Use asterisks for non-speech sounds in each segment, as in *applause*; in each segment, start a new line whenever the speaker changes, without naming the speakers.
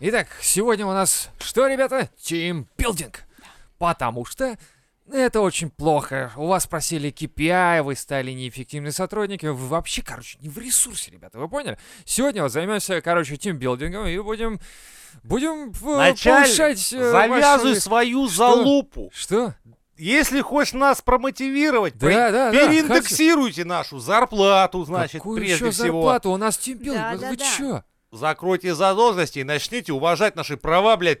Итак, сегодня у нас что, ребята? Тимбилдинг. Потому что это очень плохо. У вас просили KPI, вы стали неэффективными сотрудниками. Вы вообще, короче, не в ресурсе, ребята, вы поняли? Сегодня вот займемся, короче, тимбилдингом и будем... Будем э,
Начальник,
повышать... э,
завязывай
ваши-
свою
Что?
залупу.
Что?
Если хочешь нас промотивировать,
Да,
пре-
да, да,
переиндексируйте нашу зарплату, значит,
Какую
прежде
еще
всего.
зарплату? У нас тимбилдинг.
Да,
Вы-
да,
вы
да.
чё?
Закройте задолженности и начните уважать наши права, блядь,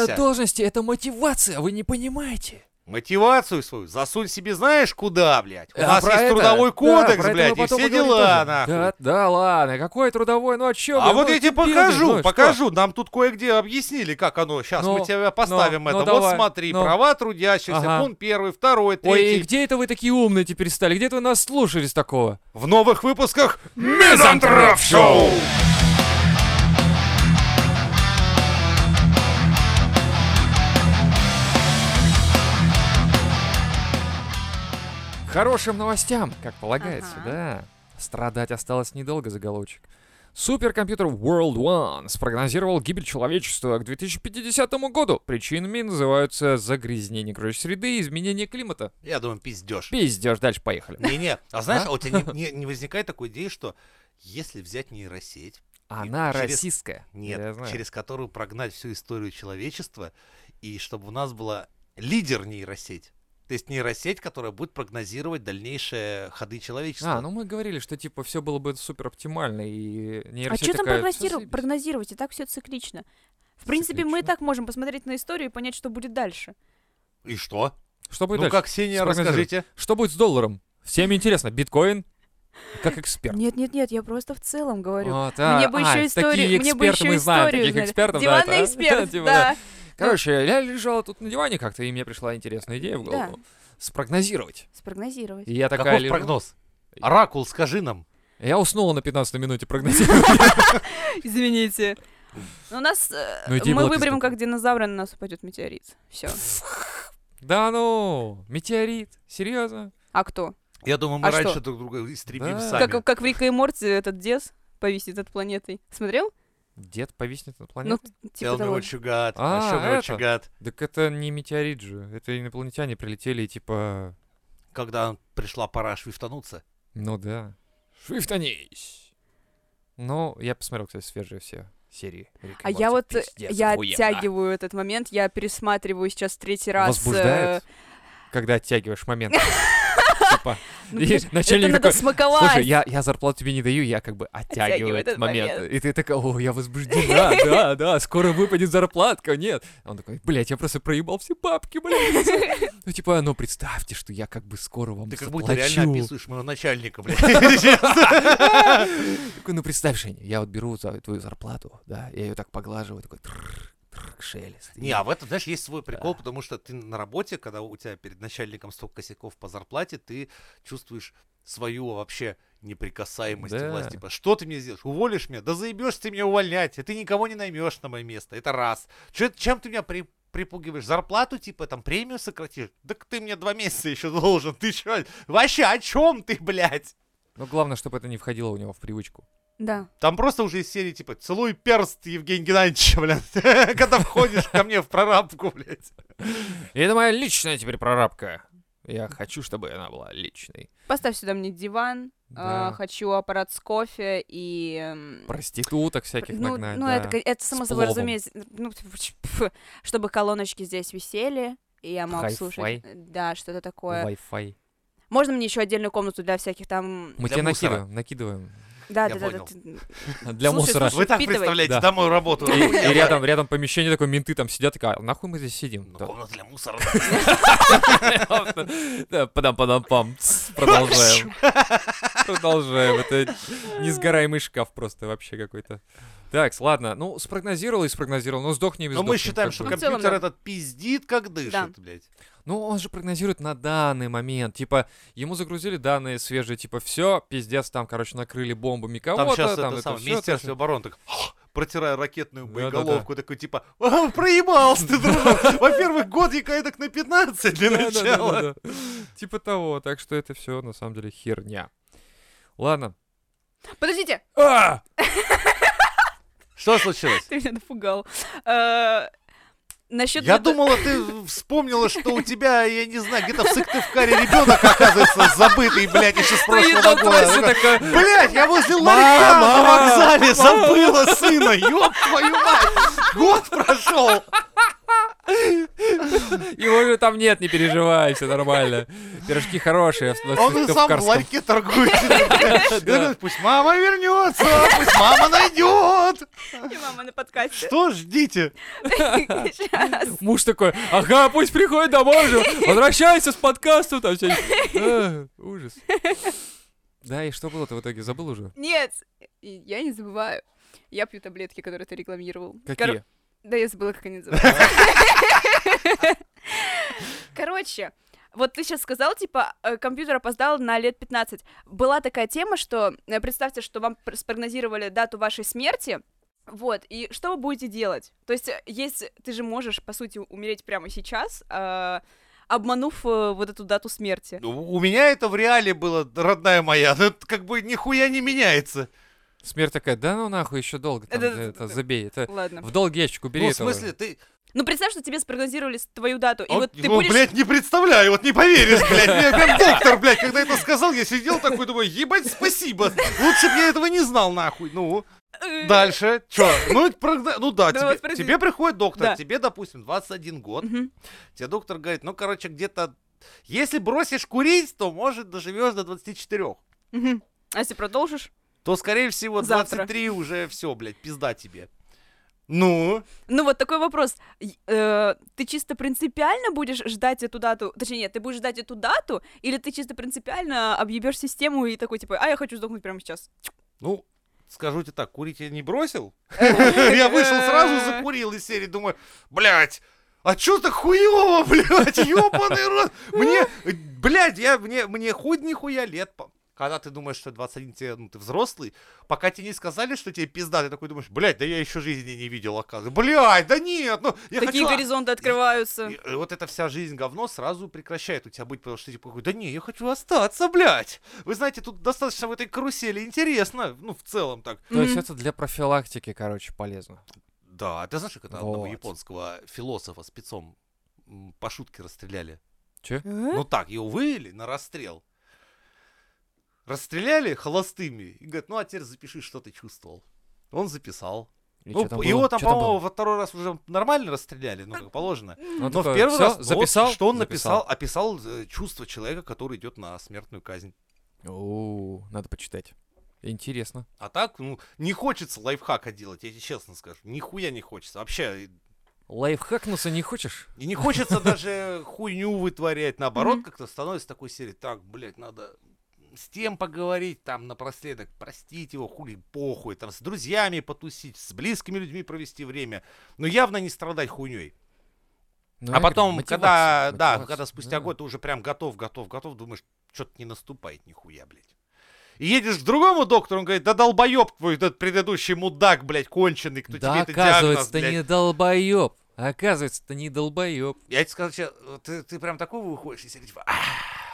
Это не задолженности, это мотивация, вы не понимаете.
Мотивацию свою засунь себе знаешь куда, блядь. У
А
нас
про
есть
это-
трудовой
да,
кодекс,
про это
блядь,
мы
и
потом
все
поговорим
дела,
тоже.
нахуй.
Да, да ладно, какой трудовой, ну о чем?
А вот я тебе покажу, покажу. Нам тут кое-где объяснили, как оно. Сейчас
Ну,
мы тебя поставим
ну,
это.
ну,
вот
давай,
смотри,
ну.
права трудящихся,
Ага.
пункт первый, второй,
Ой, и
третий.
где это вы такие умные теперь стали? Где это вы нас слушались такого?
В новых выпусках Мизантроп Шоу!
К Хорошим новостям, как полагается,
Ага.
да. Страдать осталось недолго, заголовчик. Суперкомпьютер World One спрогнозировал гибель человечества к 2050 году. Причинами называются загрязнение окружающей среды и изменение климата.
Я думаю, пиздешь.
Пиздешь, дальше поехали.
*laughs* Не-не, а знаешь, а у тебя
*laughs*
не- не не возникает такой идеи, что если взять нейросеть,
Она
через-
российская. Я
Нет,
знаю.
через которую прогнать всю историю человечества, и чтобы у нас была лидер нейросеть. То есть нейросеть, которая будет прогнозировать дальнейшие ходы человечества.
А, ну мы говорили, что типа все было бы супер оптимально и
А
нейросеть
что там
такая, «Всё
прогнозировать?
заебись».
Прогнозировать, и так все циклично. В принципе, мы и
Циклично.
так можем посмотреть на историю и понять, что будет дальше.
И что?
Что будет
Ну
дальше?
как, Ксения,
Спрогнозируй.
расскажите.
Что будет с долларом? Всем интересно, биткоин? Как эксперт.
Нет-нет-нет, я просто в целом говорю.
Вот, а,
мне бы
а,
еще историю,
такие
мне бы
эксперты
еще
мы знаем,
историю.
таких
знали.
экспертов, да,
Диванный
это, а?
эксперт,
Типа,
да.
Короче,
*laughs*
я лежала тут на диване как-то, и мне пришла интересная идея в голову. Спрогнозировать.
Спрогнозировать.
И я такая
Каков
лежу.
прогноз? Оракул, скажи нам.
Я уснула на 15 минуте прогнозировать. *laughs*
Извините. У нас э,
Ну, идея
мы
была
выберем,
пиздатая.
как динозавры, на нас упадет метеорит. Все.
Да ну, метеорит, серьезно?
А кто?
Я думаю, мы
А
раньше
что?
друг друга истребим
Да.
сами.
Как, как в Рика и Морти этот Дес повисит над планетой. Смотрел?
Дед повиснет над планетой?
Типа
Tell me
того.
what you got,
А,
show me what you
это.
got.
Так это не метеорит же, это инопланетяне прилетели и типа...
Когда пришла пора швифтануться.
Ну да. Шрифтанись! Ну, я посмотрел, кстати, свежие все серии. Рика и
А я вот,
Морти.
э,
Пиздец,
я
охуенно. А
оттягиваю этот момент, я пересматриваю сейчас третий раз. э,
Возбуждает, когда оттягиваешь
*laughs*
момент. Типа,
ну,
и
потому что это
начальник
надо
такой,
смаковать.
Слушай, я, я зарплату тебе не даю, я как бы оттягиваю
Оттягиваю
этот
этот
момент.
момент.
И ты такой, о, я возбуждена,
*laughs*
да, да, скоро выпадет зарплатка, нет. А Он такой, блядь, я просто проебал все бабки, блядь.
*laughs*
Ну, типа, ну, представьте, что я как бы скоро вам
Ты как
заплачу.
будто реально описываешь моего начальника, блядь. *laughs* Сейчас.
Такой, ну, представь, Женя, я вот беру за твою зарплату, да, я ее так поглаживаю, такой, трррр, трррр, шелест.
Не, а в этом, знаешь, есть свой прикол, потому что ты на работе, когда у тебя перед начальником столько косяков по зарплате, ты чувствуешь свою вообще неприкасаемость и власть.
Да.
Типа, что ты мне сделаешь? Уволишь меня? Да заебешь ты меня увольнять, и ты никого не наймешь на мое место. Это раз. Чё- чем ты меня при- припугиваешь? Зарплату, типа, там, премию сократишь? Так ты мне два месяца еще должен. Ты что? Вообще, о чем ты, блядь?
Но Ну, главное, чтобы это не входило у него в привычку.
Да.
Там просто уже из серии, типа, целуй перст Евгения Геннадьевича, *laughs* блядь, когда входишь ко мне в прорабку, блядь.
И это моя личная теперь прорабка. Я хочу, чтобы она была личной.
Поставь сюда мне диван, э,
Да.
хочу аппарат с кофе и... эм,
Проституток всяких
ну,
нагнать,
ну
да.
это, ко- это само
С
собой
пловом.
разумеется. Ну, пф, пф, чтобы колоночки здесь висели, и я мог
Hi-fi.
слушать. Да, что-то такое.
Wi-Fi.
Можно мне еще отдельную комнату для всяких там...
Мы
Для
тебя
мусора.
накидываем, накидываем.
Да,
Я
да, да, да.
понял.
ты-
Для
Слушай,
мусора.
слушай,
Вы так
впитывай.
представляете,
Да.
да, мою
И,
работу.
и рядом, рядом помещение такое, менты там сидят, такая, «А нахуй мы здесь сидим?
Ну,
Да.
комната
*laughs*
для мусора.
Да, падам-падам-пам. Тс, Продолжаем. Продолжаем. Это несгораемый шкаф просто вообще какой-то. Так, ладно. Ну, спрогнозировал и спрогнозировал. Ну, сдохни и
Но мы
сдохнем,
считаем,
как
что
бы.
Ну, в целом,
компьютер
да.
этот пиздит, как
Да.
дышит, блядь.
Ну, он же прогнозирует на данный момент. Типа, ему загрузили данные свежие, типа, все, пиздец, там, короче, накрыли бомбами
Там
кого-то.
сейчас
там
это
А это
самое,
всё,
Министерство обороны так протирая ракетную
Да-да-да.
боеголовку, такой типа, «А, проебался
*laughs*
ты, дружок. Во-первых, год я так на 15 *laughs* для
Да, да, да,
начала.
да, да. Типа того, так что это все на самом деле херня. Ладно. А!
Подождите!
Что случилось?
*laughs* Ты меня напугал. Э, Насчет
Я
вот-
думала,
*laughs*
ты вспомнила, что у тебя, я не знаю, где-то в Сыктывкаре ребенок, оказывается, забытый, блядь, еще с прошлого
трясся
года.
такая,
Блядь, я возле ларька на
Мама!
вокзале забыла сына, ёб твою мать! Год прошел!
Его же там нет, не переживай, все нормально. Пирожки хорошие. в- на
Он и сам в
Сыктывкарском. *laughs*
ларьке торгует. Я говорю, Пусть мама вернется, пусть мама найдет.
И *laughs* мама на подкасте.
Что ждите?
*laughs* Сейчас.
Муж такой, ага, пусть приходит домой же, возвращайся с подкаста. Там
*laughs*
всё. А, Ужас. Да, и что было-то в итоге? Забыл уже?
Нет, и я не забываю. Я пью таблетки, которые ты рекламировал. Кор-
Какие?
Да, я забыла, как они называются. Короче, вот ты сейчас сказал, типа, э, компьютер опоздал на лет 15. Была такая тема, что э, представьте, что вам пр- спрогнозировали дату вашей смерти, вот, и что вы будете делать? То есть, э, есть, ты же можешь, по сути, умереть прямо сейчас, э, обманув э, вот эту дату смерти.
У у меня это в реале было, родная моя. Ну, Это как бы нихуя не меняется.
Смерть такая, да ну нахуй, еще долго, там,
Да,
да,
да,
это,
да.
забей, это
Ладно.
в долгий ящик убери
Ну, в
этого.
смысле, ты...
Ну, представь, что тебе спрогнозировали с- твою дату, и
А,
вот ты
ну,
будешь...
блядь, не представляю, вот не поверишь, блядь. Я прям доктор, блядь, когда это сказал, я сидел такой, думаю, ебать, спасибо. Лучше бы я этого не знал, нахуй. Ну,
э,
Дальше, чё? Ну, это прогно- ну да,
Да
тебе,
вот спроси.
тебе приходит доктор,
Да.
тебе, допустим, 21 год,
мгм.
тебе доктор говорит, ну, короче, где-то, если бросишь курить, то, может, доживешь до 24.
Мгм. А если продолжишь?
То, скорее всего,
Завтра.
23 уже все, блядь, пизда тебе. Ну,
Ну вот такой вопрос. Й- э, ты чисто принципиально будешь ждать эту дату? Точнее, нет, ты будешь ждать эту дату, или ты чисто принципиально объебешь систему и такой, типа, а я хочу сдохнуть прямо сейчас.
ну, скажу тебе так, курить я не бросил. Я вышел сразу, закурил из серии, думаю, блядь, а чё так хуёво, *laughs* блядь, ёбаный рот. Мне, э, блядь, я, мне, мне хоть нихуя лет, по- когда ты думаешь, что 21 тебе, ну, ты взрослый, пока тебе не сказали, что тебе пизда, ты такой думаешь, блядь, да я еще жизни не видел, оказывается. Блядь, да нет, ну, я
Такие
хочу... а-
горизонты открываются.
И, э, вот эта вся жизнь говно сразу прекращает у тебя быть, потому что ты типа такой, да не, я хочу остаться, блядь. Вы знаете, тут достаточно в этой карусели интересно, ну, в целом так.
То есть
Мгм.
это для профилактики, короче, полезно.
Да, а ты знаешь, как это одного
Вот.
японского философа спецом м, по шутке расстреляли?
Э?
Ну так, его вывели на расстрел. Расстреляли холостыми и говорят, ну а теперь запиши, что ты чувствовал. Он записал.
И
ну,
чё там
его
было?
там,
Чё там
по-моему, во второй раз уже нормально расстреляли, ну, как положено.
было? Ну,
Но в
такое,
первый
всё,
раз ну, вот
записал,
что он написал, описал э, чувство человека, который идет на смертную казнь.
О, надо почитать. Интересно.
А так, ну, не хочется лайфхака делать, я тебе честно скажу. Нихуя не хочется. Вообще,
Лайфхакнуться не хочешь?
И не хочется даже хуйню вытворять. Наоборот,
Мгм.
как-то становится такой серии. Так, блядь, надо с тем поговорить, там, напоследок, простить его, хули, похуй, там, с друзьями потусить, с близкими людьми провести время, но явно не страдать хуйней.
Ну,
а
я говорю,
потом,
мотивация,
когда, да,
мотивация,
когда спустя
да.
год ты уже прям готов, готов, готов, думаешь, что-то не наступает нихуя, блядь. И едешь к другому доктору, он говорит, да долбоеб твой этот предыдущий мудак, блядь, конченый, кто тебе
Да,
это диагноз,
оказывается, ты
блядь,
не долбоеб. Оказывается, ты не долбоеб.
я тебе скажу, чё, вот ты, ты прям такой выходишь, и себе типа, «А,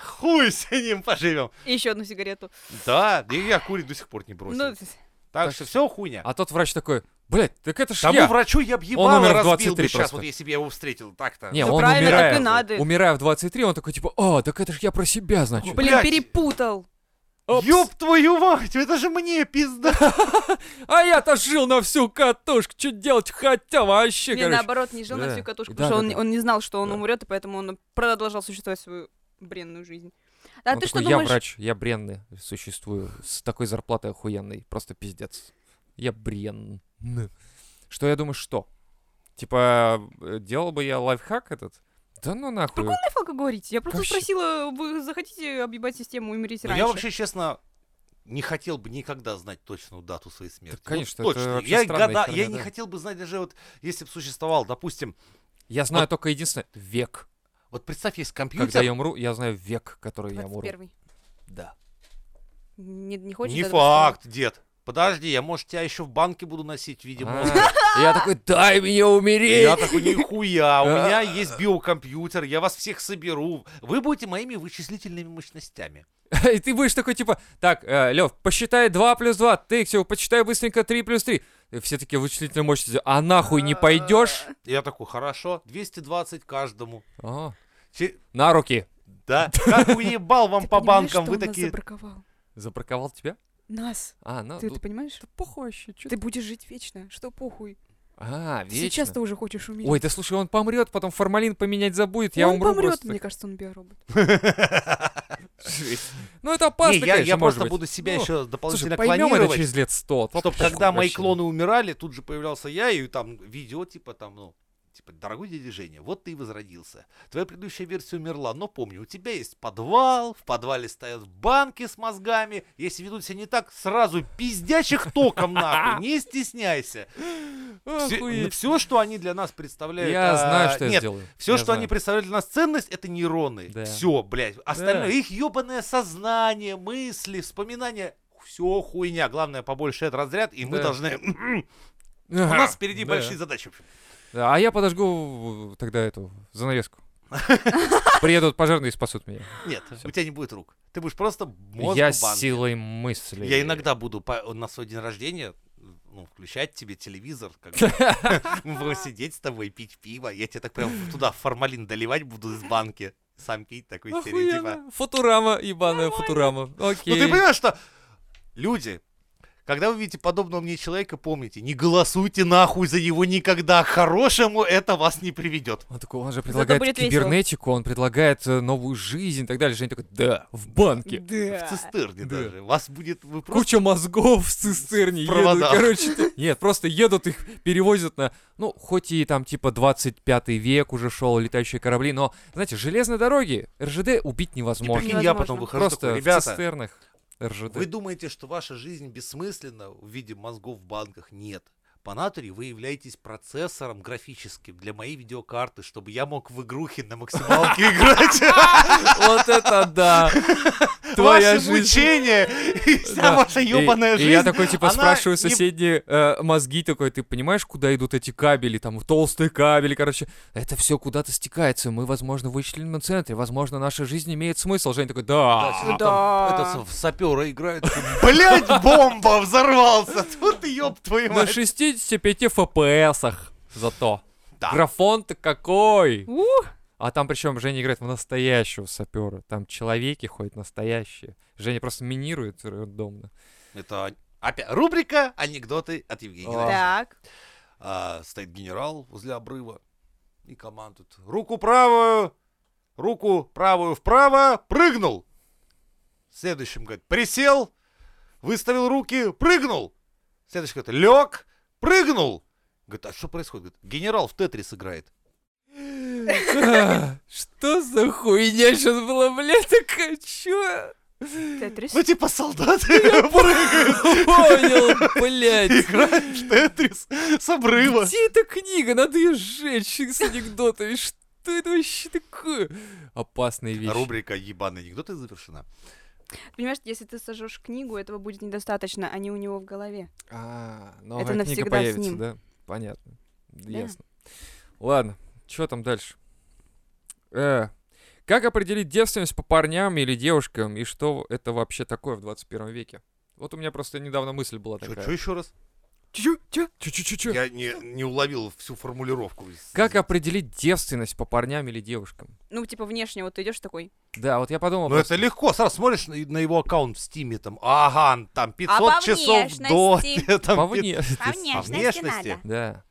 хуй с ним поживем.
И еще одну сигарету.
Да, и я курить до сих пор не бросил.
Ну,
так,
так
что все хуйня.
А тот врач такой, блядь, так это ж
Тому
я.
врачу я б
Он
ебало
умер в
разбил бы
23
сейчас,
просто.
вот если бы я его встретил, так-то.
Не,
Ну,
он
правильно,
умирает.
так и надо.
Умирая в 23, он такой типа, а, так это ж я про себя, значит.
Бля-
блин,
блядь.
перепутал.
Опс.
Ёб твою мать, это же мне пизда.
А я-то жил на всю катушку, что делать хотя вообще,
Или
короче.
наоборот, не жил на
да.
всю катушку,
Да,
потому что
да,
он,
да.
он не знал, что он
Да.
умрет, и поэтому он продолжал существовать свою бренную жизнь.
Он
А
такой,
ты что
я
думаешь?
врач, я бренный, существую с такой зарплатой охуенной, просто пиздец. Я брен. Что я думаю, что? Типа, э, делал бы я лайфхак этот? Да ну нахуй.
Кайф алкоголить. Я просто
Вообще.
спросила, вы захотите объебать систему и умереть
Ну,
раньше?
Я вообще, честно, не хотел бы никогда знать точную дату своей смерти. Вот
конечно, это
точно.
вообще
я,
странная
года-
херня,
я не
да.
хотел бы знать даже вот, если бы существовал, допустим,
Я знаю только единственное, век.
вот представь, есть
Когда
компьютер.
я умру, я знаю век, который я умру.
21
Да.
Не, не хочешь
не
этого всего?
факт, дед. подожди, я, может, тебя еще в банке буду носить в виде мозга.
А, Я такой, дай мне умереть.
Я такой, нихуя, у
А.
меня есть биокомпьютер, я вас всех соберу. Вы будете моими вычислительными мощностями.
*laughs* И ты будешь такой, типа, так, Лев, посчитай 2 плюс 2, ты, все, посчитай быстренько 3 плюс 3. И все такие вычислительные мощности, а нахуй не
*laughs*
пойдешь?
Я такой, хорошо, 220 каждому.
О,
Че-
На руки.
Да, как уебал вам
Ты
по
понимаешь,
банкам,
что
вы
он нас
такие...
забраковал?
Забраковал тебя?
Нас.
А, ну,
Ты
ну,
это понимаешь?
да похуй вообще, чё
Ты будешь жить вечно. Что похуй?
А,
Ты
вечно.
Сейчас ты уже хочешь умереть.
Ой, да слушай, он помрет, потом формалин поменять забудет, я
он
умру
помрет,
просто.
мне кажется, он биоробот.
*laughs* Жесть. Ну это
Не,
опасно,
я,
конечно,
я
может
просто
быть.
буду себя
Ну,
еще
Слушай,
дополнительно
поймем это
клонировать.
через лет сто. а то
Чтоб
похуй
когда мои
вообще.
клоны умирали, тут же появлялся я, и там видео, типа там, ну, типа, дорогой дядя Женя, вот ты и возродился. Твоя предыдущая версия умерла, но помни, у тебя есть подвал, в подвале стоят банки с мозгами, если ведут себя не так, сразу пиздячих током нахуй, не стесняйся. Все,
Охуеть.
что они для нас представляют...
Я
а,
знаю, что я
нет,
сделаю.
Все,
Я
что
знаю.
они представляют для нас ценность, это нейроны.
Да.
Все, блядь. Остальное, их ебаное сознание, мысли, воспоминания. Все хуйня. Главное, побольше этот разряд, и мы
Да. *coughs*
должны... У
Ага,
нас впереди
да.
большие задачи. в общем.
Да, А я подожгу э, тогда эту
*laughs*
занавеску. Приедут пожарные и спасут меня.
Нет,
Всё.
у тебя не будет рук. Ты будешь просто мозг
Я
в банке.
силой мысли.
Я иногда буду по- на свой день рождения ну, включать тебе телевизор, как
*laughs*
бы. Мы будем сидеть с тобой, пить пиво. Я тебе так прям туда формалин доливать буду из банки. Сам пить такой стереотипа.
Охуенно. Футурама, ебаная футурама.
Ну ты
Окей.
понимаешь, что люди, когда вы видите подобного мне человека, помните, не голосуйте нахуй за него никогда. К хорошему это вас не приведет.
Он такой, он же
Зато
предлагает
будет весело.
кибернетику, он предлагает э, новую жизнь и так далее. Женя такой, да, в банке.
В
Да.
цистерне
Да.
даже. Вас будет... Вы просто...
Куча мозгов в цистерне
В
едут,
проводах.
короче. ты- *laughs* Нет, просто едут, их перевозят на, ну, хоть и там типа 25 век уже шел, летающие корабли, но, знаете, железные дороги, РЖД убить
И
невозможно.
прикинь, я
Невозможно.
потом выхожу
Просто
такой,
в
ребята,
цистернах РЖД.
вы думаете, что ваша жизнь бессмысленна в виде мозгов в банках? Нет. По натуре вы являетесь процессором графическим для моей видеокарты, чтобы я мог в игрухи на максималке
*laughs*
играть.
Вот это да! Твоя
Ваши
жизнь.
мучения и вся
Да.
ваша
И-
ебаная
и
жизнь.
я такой, типа,
она
спрашиваю
не
соседние э, мозги, такой, ты понимаешь, куда идут эти кабели, там, толстые кабели, короче, это все куда-то стекается, мы, возможно, в вычислительном центре, возможно, наша жизнь имеет смысл. Жень такой,
А, Да,
да.
всё, там
Да.
этот в сапера *laughs* играет. Блять, бомба взорвался. Тут ёб твою
На
мать.
65 фпсах зато.
Да.
Графон-то какой!
У,
А там причем Женя играет в настоящего сапера. Там человеки ходят настоящие. Женя просто минирует рандомно.
Это опять рубрика «Анекдоты от Евгения».
О.
Геннадьевича.
Так.
А, Стоит генерал возле обрыва и командует. Руку правую, руку правую вправо, прыгнул. Следующим, говорит, присел, выставил руки, прыгнул. Следующий, говорит, лег, прыгнул. Говорит, а что происходит? Говорит, генерал в Тетрис играет.
А, Что за хуйня сейчас была, блядь, такая, чё?
Тетрис.
Ну, типа солдаты *laughs* прыгают,
Понял, блядь.
играют в Тетрис с обрыва.
Где эта книга? Надо ее сжечь с анекдотами. Что это вообще такое? Опасные вещи.
Рубрика «Ебаные анекдоты» завершена.
Понимаешь, если ты сожжешь книгу, этого будет недостаточно, они у него в голове.
А, новая
Это
книга
навсегда с
появится,
ним.
да? Понятно.
Да.
Ясно. Ладно, что там дальше? Э, как определить девственность по парням или девушкам, и что это вообще такое в 21 веке? Вот у меня просто недавно мысль была такая.
Что еще раз?
Чё, чё? Чё, чё, чё, чё?
Я не, не уловил всю формулировку.
Как определить девственность по парням или девушкам?
Ну, типа, внешне, вот ты идешь такой.
Да, вот я подумал.
Ну
просто-
это легко, сразу смотришь на, на его аккаунт в Стиме, там, ага, там 500
по
часов до...
внешности?
там
По
пи-
внешности.
А внешности?
Да.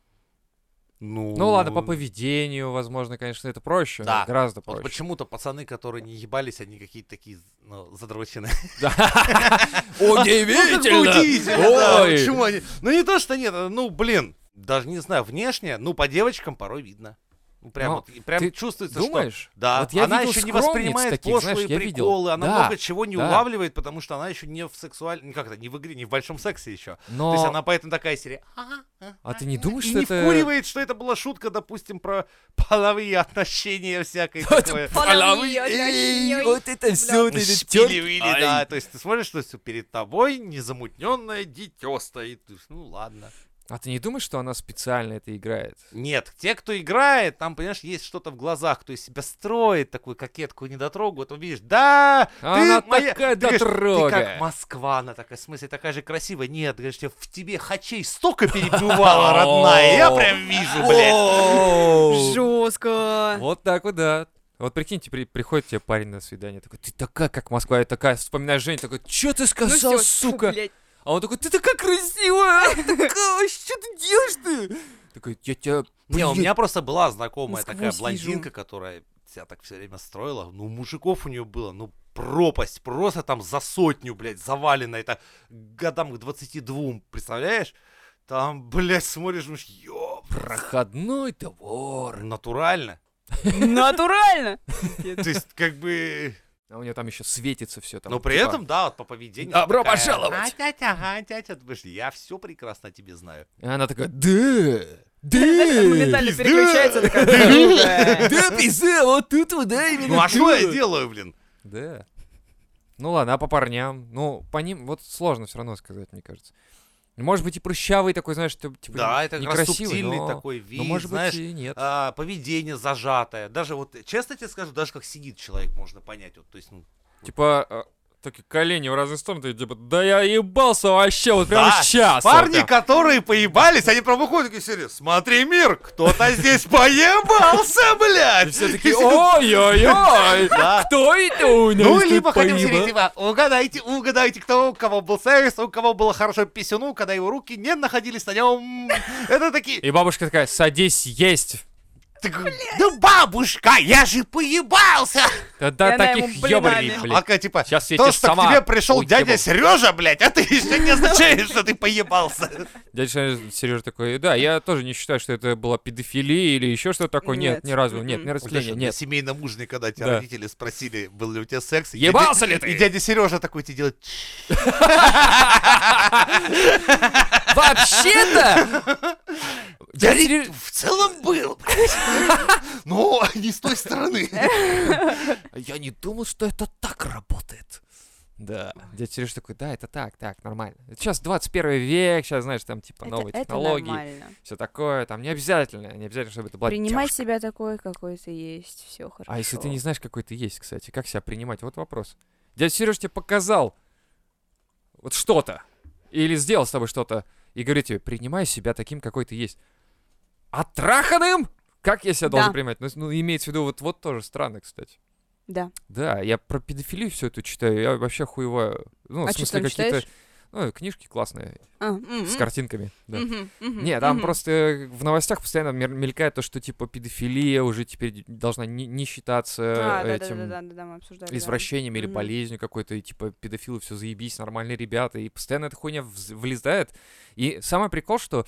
Ну,
Ну ладно, по поведению, возможно, конечно, это проще.
Да.
Гораздо
Вот
проще.
почему-то пацаны, которые не ебались, они какие-то такие, ну,
*laughs*
задроченные.
Да.
*laughs* Ну, как бы удивительно, да,
Ой.
почему они- Ну, не то, что нет, ну, блин, даже не знаю, внешне, ну, по девочкам порой видно. Ну, Прям,
Но
вот, и прям
ты
чувствуется, что
Думаешь?
Да,
Вот я
она
видел
еще не
скромниц
воспринимает
таких,
пошлые
знаешь, я видел.
приколы, она
Да,
много чего не
да.
улавливает, потому что она еще не в сексуальном, как это, не в игре, не в большом сексе еще.
Но...
То есть она поэтому такая серия.
А ты не думаешь,
И
что
не
это...
вкуривает, что это была шутка, допустим, про половые отношения всякое
*laughs* Вот
такое.
половые
Половые
отношения,
отношения.
Вот это все, вот это
Шпилевили,
тёрки.
да.
Ай.
То есть ты смотришь, что всё перед тобой незамутненное дитё стоит. Ты ж, Ну ладно.
А ты не думаешь, что она специально это играет?
Нет, те, кто играет, там, понимаешь, есть что-то в глазах, кто из себя строит такую кокетку недотрогу, вот он видишь, да,
Она
ты моя...
такая
ты говоришь,
дотрога.
Ты как Москва, она такая, в смысле, такая же красивая. Нет, говоришь, тебе- в тебе хачей столько
*laughs*
перебивала, родная, я прям вижу, блядь.
блядь.
Жестко.
Вот так вот, да. Вот прикиньте, при- приходит тебе парень на свидание, такой, ты такая, как Москва, я такая, вспоминаешь Женя, такой, чё ты
Ну
сказал, сука? А он такой, ты такая красивая, ты такая, что ты делаешь ты? Такой, я тебя...
Не, у меня просто была знакомая
Насквозь
такая
вижу.
блондинка, которая себя так все время строила. Ну, мужиков у нее было, ну, пропасть, просто там за сотню, блядь, завалено. Это годам к 22, представляешь? Там, блядь, смотришь, думаешь, ёп,
Проходной товар.
натурально.
Натурально.
То есть, как бы...
А у него там еще светится все там.
Но при
типа,
этом, да, вот по поведению.
Добро
такая,
пожаловать!
«А, тятя, а, тятя». Ты говоришь, я все прекрасно о тебе знаю.
И она такая, да,
Знаешь, она
да,
*laughs* Моментально переключается. такая, *laughs* «Да».
да, пизда, вот тут вот, да, именно
Ну а что я
тут».
делаю, блин?
Да. Ну ладно, а по парням? Ну, по ним вот сложно все равно сказать, мне кажется. Может быть, и прыщавый такой, знаешь, тип- типа
Да, это как раз
некрасивый,
субтильный
но...
такой
но,
вид,
может
знаешь,
быть, и нет.
а, поведение зажатое. Даже вот, э, честно тебе скажу, даже как сидит человек, можно понять. Вот, то есть, ну,
Типа, а, такие колени в разные стороны, ты типа, да я ебался вообще, вот прямо
Да,
сейчас. вот
парни,
прям.
которые поебались, они прям выходят такие серии, смотри, мир, кто-то здесь поебался,
И
блядь. *laughs*
все такие, ой-ой-ой,
Да.
кто это у нас
Ну,
тут
либо хотя бы
поебал?»
серии, типа, угадайте, угадайте, кто у кого был секс, у кого было хорошо писюну, когда его руки не находились на нем. Это такие,
И бабушка такая, садись есть.
«Так, да бабушка, я же поебался.
Да
И она ему
таких ебарей,
блинами.
блядь.
А как, типа,
Сейчас я
то,
тебе
что к
сама
тебе пришел дядя
уебал.
Сережа, блядь, это еще не означает,
*laughs*
что ты поебался.
Дядя Сережа- Сережа такой, да, я тоже не считаю, что это была педофилия или еще что-то такое. Нет,
Нет,
ни разу, нет,
мгм.
ни разделения,
На
нет.
*laughs* семейном ужине, когда тебя
Да.
родители спросили, был ли у тебя секс. и
Ебался
дядя-
ли ты?
И дядя Сережа такой тебе делает...
Вообще-то!
Я
Дядя Сережа-
в целом был, блядь. *laughs* но не с
*laughs*
той стороны.
Я не думал, что это так работает. Да. Дядя Сережа такой, да, это так, так, нормально. Сейчас 21 век, сейчас, знаешь, там, типа, новые
Это- это
технологии,
нормально.
все такое, там, не обязательно, не обязательно, чтобы это была
Принимай
девушка.
себя такой, какой ты есть. Все хорошо.
А если ты не знаешь, какой ты есть, кстати, как себя принимать? Вот вопрос. Дядя Сережа тебе показал вот что-то. Или сделал с тобой что-то. И говорит тебе, принимай себя таким, какой ты есть. А траханым? Как я себя должен
Да.
принимать? Ну, с- ну, имеется в виду, вот, вот тоже странно, кстати.
Да.
Да, я про педофилию все это читаю, я вообще хуеваю. Ну,
А
в
что
смысле,
там
какие-то
читаешь?
ну, книжки классные,
А, м,
с
м.
картинками. Да.
Мгм, мгм,
Не, там
мгм.
просто э, в новостях постоянно мер- мелькает то, что типа педофилия уже теперь д- должна не, не считаться
А, да, да,
э, этим
да, да, да, да, мы обсуждали. да.
извращением или
Мгм.
болезнью какой-то, и типа педофилы все заебись, нормальные ребята, и постоянно эта хуйня вз- влезает. И самый прикол, что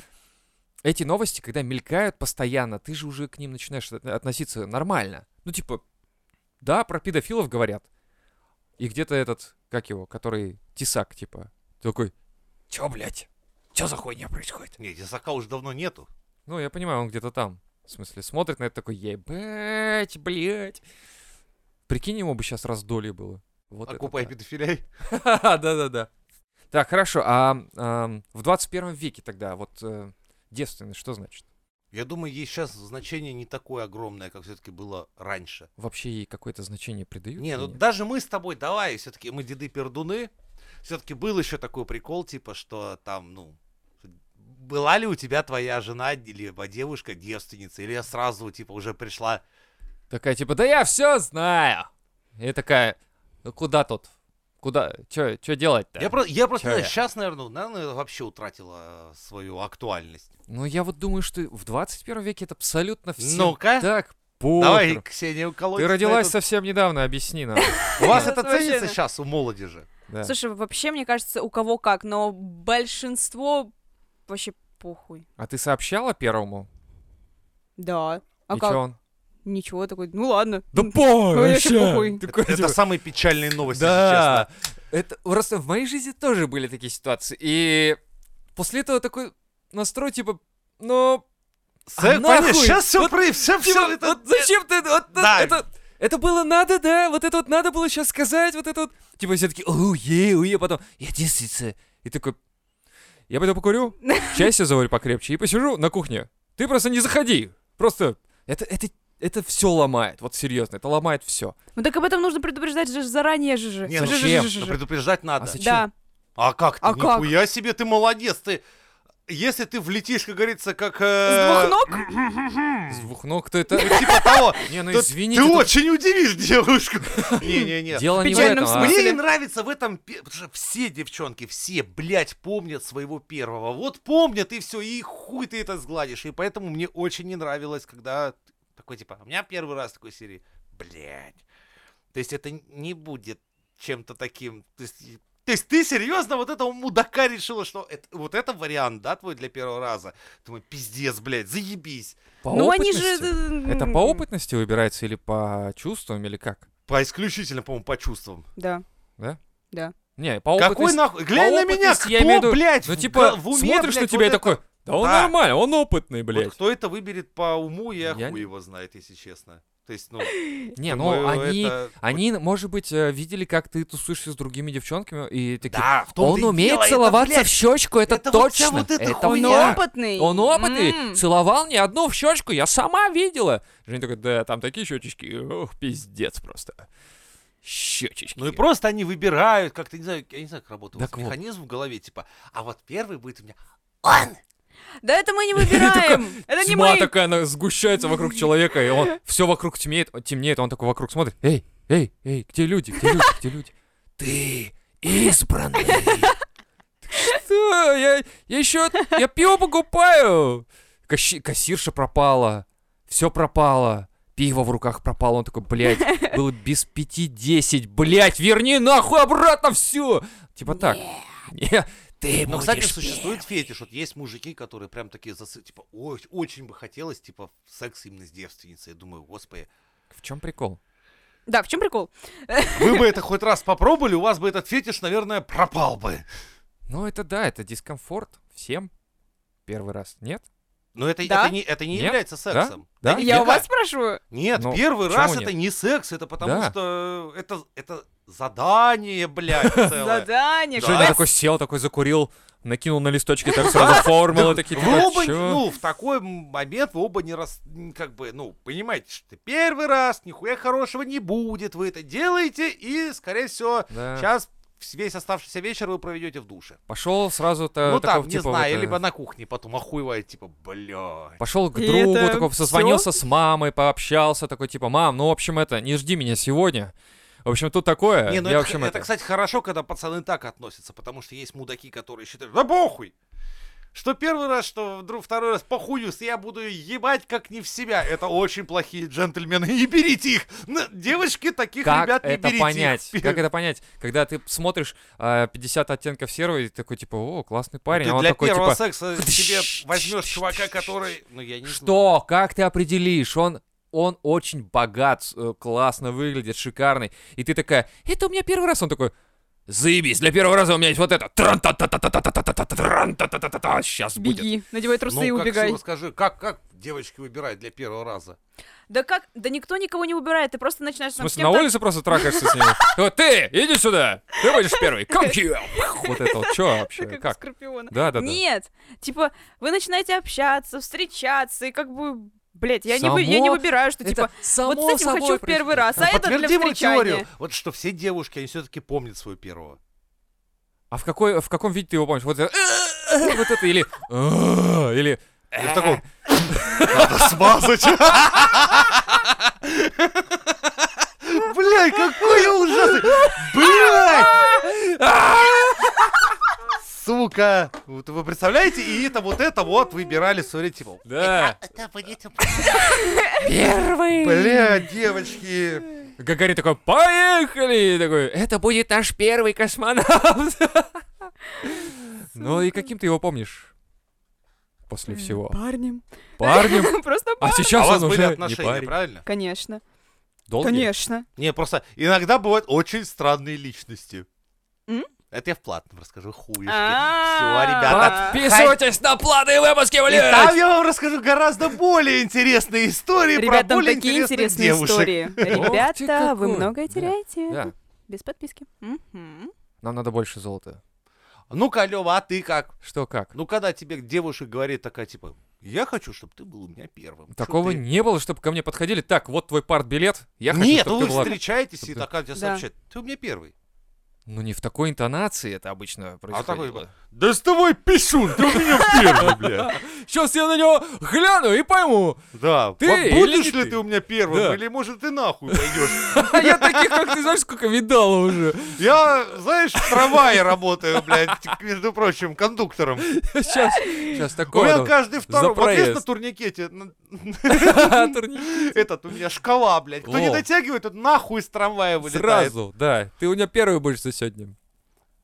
эти новости, когда мелькают постоянно, ты же уже к ним начинаешь от- относиться нормально. Ну, типа, да, про педофилов говорят. И где-то этот, как его, который тесак, типа, такой, чё, блядь, чё за хуйня происходит?
Не, тесака уже давно нету.
Ну, я понимаю, он где-то там. В смысле, смотрит на это такой, ебать, блядь. Прикинь, ему бы сейчас раздолье было. Вот это
Окупай
да. *laughs*
педофиляй.
Да-да-да. Так, хорошо. А ам, в 21 веке тогда вот э, девственность что значит?
Я думаю, ей сейчас значение не такое огромное, как все-таки было раньше.
Вообще ей какое-то значение придают?
Не,
или
ну
нет?
даже мы с тобой, давай, все-таки мы деды-пердуны. Все-таки был еще такой прикол, типа, что там, ну, была ли у тебя твоя жена или девушка девственница, или я сразу, типа, уже пришла.
Такая типа, да я все знаю. И такая, «Ну куда тут? Куда? Че делать-то?
Я, про- я просто,
Чё я?
сейчас, наверное, наверное, ну, вообще утратила э, свою актуальность.
Ну я вот думаю, что в 21 веке это абсолютно все
Ну-ка.
так похер.
Давай, Ксения, уколоть.
Ты родилась совсем недавно, объясни
*laughs*
нам.
У вас это
Это вообще,
ценится
да.
сейчас
*laughs*
у молодежи?
Да.
Слушай, вообще, мне кажется, у кого как, но большинство вообще похуй.
А ты сообщала первому?
Да. А
И
как? *laughs*
чё он?
ничего, такой, ну ладно.
Да
М,
похуй,
ну, вообще
вообще.
похуй.
Такой,
Это
типа,
самые печальные новости,
Да,
если
это просто в моей жизни тоже были такие ситуации. И после этого такой настрой, типа, ну, А
честно.
нахуй?
сейчас все,
Вот, типа,
все,
вот зачем ты, вот это-
да.
это, это было надо, да, вот это вот надо было сейчас сказать, вот это вот, типа, все таки уе, уе, потом, я действительно, и такой, я пойду
*laughs*
покурю, чай себе заварю покрепче и посижу на кухне. Ты просто не заходи, просто, это, это, это все ломает, вот серьезно, это ломает все.
Ну так об этом нужно предупреждать же заранее же же.
Не,
Же-
ну
же-
зачем?
же- же-
Но
же.
предупреждать надо.
А зачем?
Да.
А как ты?
А как?
Нихуя себе, ты молодец, ты... Если ты влетишь, как говорится, как...
С
э,
двух ног?
С двух ног то
*laughs*
это...
ну, Типа того.
Не, ну
то
извините,
ты
тут
очень удивишь девушку. *laughs* Не-не-не.
дело не в
печальном
этом, а-
смысле.
Мне не нравится в этом... пе- потому что Все девчонки, все, блядь, помнят своего первого. Вот помнят, и все, и хуй ты это сгладишь. И поэтому мне очень не нравилось, когда такой, типа, у меня первый раз такой серии, блядь. То есть это не будет чем-то таким. То есть, и- то есть ты серьезно вот этого мудака решила, что это- вот это вариант, да, твой для первого раза? Думаю, пиздец, блядь, заебись.
По
Ну они же...
опытности?
э,
Это
м,
по опытности выбирается или по чувствам, или как?
По исключительно, по-моему, по чувствам.
Да.
Не, по
Какой
опытности...
нахуй? Глянь на меня,
опытности
кто,
А я имею в виду-
блядь,
Ну
в
типа,
га- в уме,
смотришь на
блядь,
тебя и
вот
такой,
это-
да он
Да.
нормально, он опытный,
Вот
блядь.
кто это выберет по уму, я,
Я
хуй
не-
его знает, если честно. То есть, ну,
Не, ну
думаю,
они...
это-
Они, может быть, э, видели, как ты тусуешься с другими девчонками, и такие,
Да, в том-то
он
и
умеет
дело, это,
целоваться
блядь,
в щечку, это,
это вот вся
точно.
вот эта
это
Он
хуйня.
он.
опытный.
Он опытный,
М.
целовал не одну в щечку, я сама видела. Женя такой, да, там такие щечечки, ох, пиздец просто. Щечечки.
Ну и просто они выбирают, как-то, не знаю, я не знаю, как работал
Так вот.
механизм в голове, типа, а вот первый будет у меня он.
Да это мы не выбираем. Это не
Тьма
мы.
такая, она сгущается вокруг человека, и он все вокруг темнеет, темнеет, он такой вокруг смотрит. Эй, эй, эй, где люди, где люди, где люди? Ты избранный. Что? Я, еще, я пиво покупаю. Кащи- кассирша пропала, все пропало. Пиво в руках пропало, он такой, блядь, было без пяти десять, блядь, верни нахуй обратно все. Типа так. Не, ты
Но, Ну, кстати,
будешь
существует фетиш. Вот есть мужики, которые прям такие, засы- типа, «Ой, очень бы хотелось, типа, секс именно с девственницей. Я думаю, господи.
пи- В чем прикол?
Да, в чем прикол?
Вы бы это хоть раз попробовали, у вас бы этот фетиш, наверное, пропал бы.
Ну, это да, это дискомфорт всем. Первый раз, нет?
Но это,
Да?
это не, это не
Нет?
является сексом.
Да?
Я у
нифига.
вас спрашиваю.
Нет,
Ну,
первый
почему
раз
нет?
это не секс, это потому
Да.
что э, это, это
*laughs*
задание, блядь, целое.
Задание.
Да.
Женя
класс.
такой сел, такой закурил, накинул на листочки так сразу формулы такие.
Вы
типа,
оба,
«Чё?»
ну, в такой момент вы оба не раз, м, как бы, ну, понимаете, что первый раз, нихуя хорошего не будет, вы это делаете, и, скорее всего,
Да.
сейчас весь оставшийся вечер вы проведете в душе.
Пошел сразу-то
ну,
такой,
там, не
типа,
знаю,
вот, э,
либо на кухне потом охуевает, типа, бля.
Пошел к
И
другу,
это
такой созвонился с мамой, пообщался, такой типа, мам, ну, в общем, это, не жди меня сегодня. В общем, тут такое.
Не, ну
Э, я,
это,
в общем,
х-
это,
это, кстати, хорошо, когда пацаны так относятся, потому что есть мудаки, которые считают, да похуй! Что первый раз, что вдруг второй раз, похую, я буду ебать как не в себя. Это очень плохие джентльмены, не берите их! На- Девочки, таких
как
ребят не
это
берите.
понять?
их.
Как это понять? Когда ты смотришь э, 50 оттенков серого, и ты такой типа, о, классный парень.
Ты
а он
для
такой,
первого
типа,
секса себе возьмешь чувака, который... Ну, я не знаю.
Что? Как ты определишь? Он он очень богат, с- э, классно выглядит, шикарный. И ты такая, это у меня первый раз. Он такой, заебись, для первого раза у меня есть вот это. Сейчас будет.
Беги, надевай трусы и
Ну, как,
убегай.
Сева, скажи, как, как девочки выбирают для первого раза?
Да как? Да никто никого не убирает, ты просто начинаешь
В
там с
смысле, на
кем-то...
улице просто тракаешься
*laughs*
с ним? Вот ты, иди сюда, ты будешь первый, come here. Вот это вот, что вообще,
Как у
как?
скорпиона.
Да, да, да.
Нет, типа, вы начинаете общаться, встречаться, и как бы, блядь, я, не, вы- я не
Само
выбираю, что, типа, вот с этим хочу в первый раз, а это для
Подтверди мою теорию.
встречания.
Вот что все девушки, они все-таки помнят своего первого.
А в какой, в каком виде ты его помнишь? Вот это, *laughs* вот это или, *laughs* или
И в таком... *laughs* Надо смазать. Блядь, какой я ужасный! Блядь! Сука! Вот вы представляете? И это вот это вот выбирали, смотрите, типа...
да. *laughs* Первый.
Блядь, девочки!
Гагарин такой, поехали! И такой, это будет наш первый
*laughs*
космонавт. Ну и каким ты его помнишь? после всего.
Парнем.
Парнем.
*laughs* Просто
А
парнем.
А у
сейчас
вас
он
были
уже не
отношения,
парень.
правильно?
Конечно.
Долгие?
Конечно.
Не, просто иногда бывают очень странные личности.
М?
Это я в платном расскажу, хуешки. Все,
А-а-а.
ребята.
Да.
А, Подписывайтесь на планы и выпуски,
И там
блядь!
я вам расскажу гораздо более интересные истории
Ребят,
про
там
более
такие интересные
девушек.
истории. Ребята,
какой.
вы многое
Да,
теряете.
Да,
Без подписки. Мгм.
нам надо больше золота.
Ну-ка, Лёва, а ты как?
Что как?
Ну, когда тебе девушка говорит такая, типа, я хочу, чтобы ты был у меня первым. Чё
Такого
ты-
не было, чтобы ко мне подходили. Так, вот твой парт-билет. Я хочу,
Нет,
чтоб
вы
ты была-
встречаетесь, и
чтоб ты-
такая тебе
Да.
сообщает, ты у меня первый.
Ну не в такой интонации это обычно происходило.
А такой, Да с тобой писюн, ты у меня *laughs* первый, бля.
Сейчас я на него гляну и пойму.
Да,
Ты
вот
или
будешь
не
ли
ты?
ты у меня первым,
Да.
или может ты нахуй пойдешь?
А я таких, как ты знаешь, сколько видала уже.
Я, знаешь, в трамвае работаю, блядь, между прочим, кондуктором.
Сейчас, сейчас
У меня
такое.
каждый второй, вот видишь, на
проезд.
турникете, на-
ну, турни-
этот, у меня шкала, блядь. Кто не
О.
дотягивает, тот нахуй из трамвая вылетает.
Сразу, да. Ты у меня первый будешь за сегодня.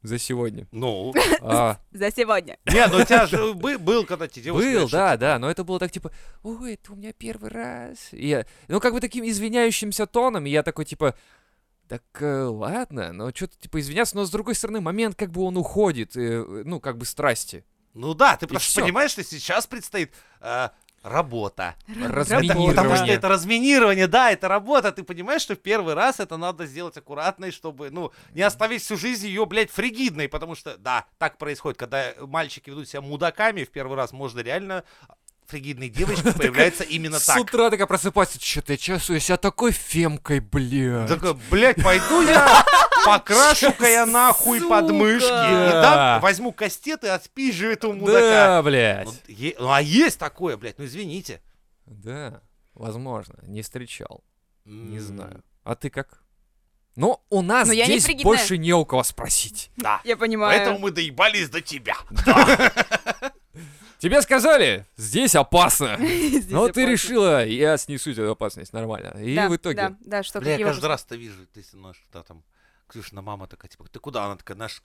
За
*laughs*
сегодня.
Ну,
А,
За сегодня.
не, ну у тебя же бы- был, когда тебе девушка...
был,
говорит, что
да, да, но это было так типа, ой, это у меня первый раз. И я, ну, как бы таким извиняющимся тоном, и я такой типа, так э, ладно, но что-то типа извиняться, но с другой стороны, момент как бы он уходит, э, ну, как бы страсти.
Ну да, ты просто
всё.
понимаешь, что сейчас предстоит э, работа.
Разминирование.
Потому что это разминирование, да, это работа. Ты понимаешь, что в первый раз это надо сделать аккуратной, чтобы, ну, не оставить всю жизнь ее, блядь, фригидной. Потому что, да, так происходит, когда мальчики ведут себя мудаками, в первый раз можно реально фригидной девочки появляется именно
С
так.
утра такая просыпается, что-то я чувствую себя такой фемкой, блядь.
Такой, блядь, пойду
*laughs*
я, покрашу-ка я нахуй
Сука.
подмышки. И
Да.
там возьму кастет и отпизжу этому мудака.
Да, блядь.
Ну, е- ну, а есть такое, блядь, ну извините.
Да, возможно, не встречал, не
М,
знаю. А ты как? Но у нас
Но я не
здесь
фригидная.
больше не у кого спросить.
Да.
Я
Поэтому
понимаю.
мы доебались до тебя.
Тебе сказали, здесь опасно.
*laughs* Здесь
Но Ну, ты
опасно.
решила, я снесу эту опасность, нормально. И
Да,
в итоге.
Да, да, что
Бля, я
какие
каждый
вопросы?
раз-то вижу, ты с- ну, что там, Ксюшина мама такая, типа, ты куда? Она такая, наш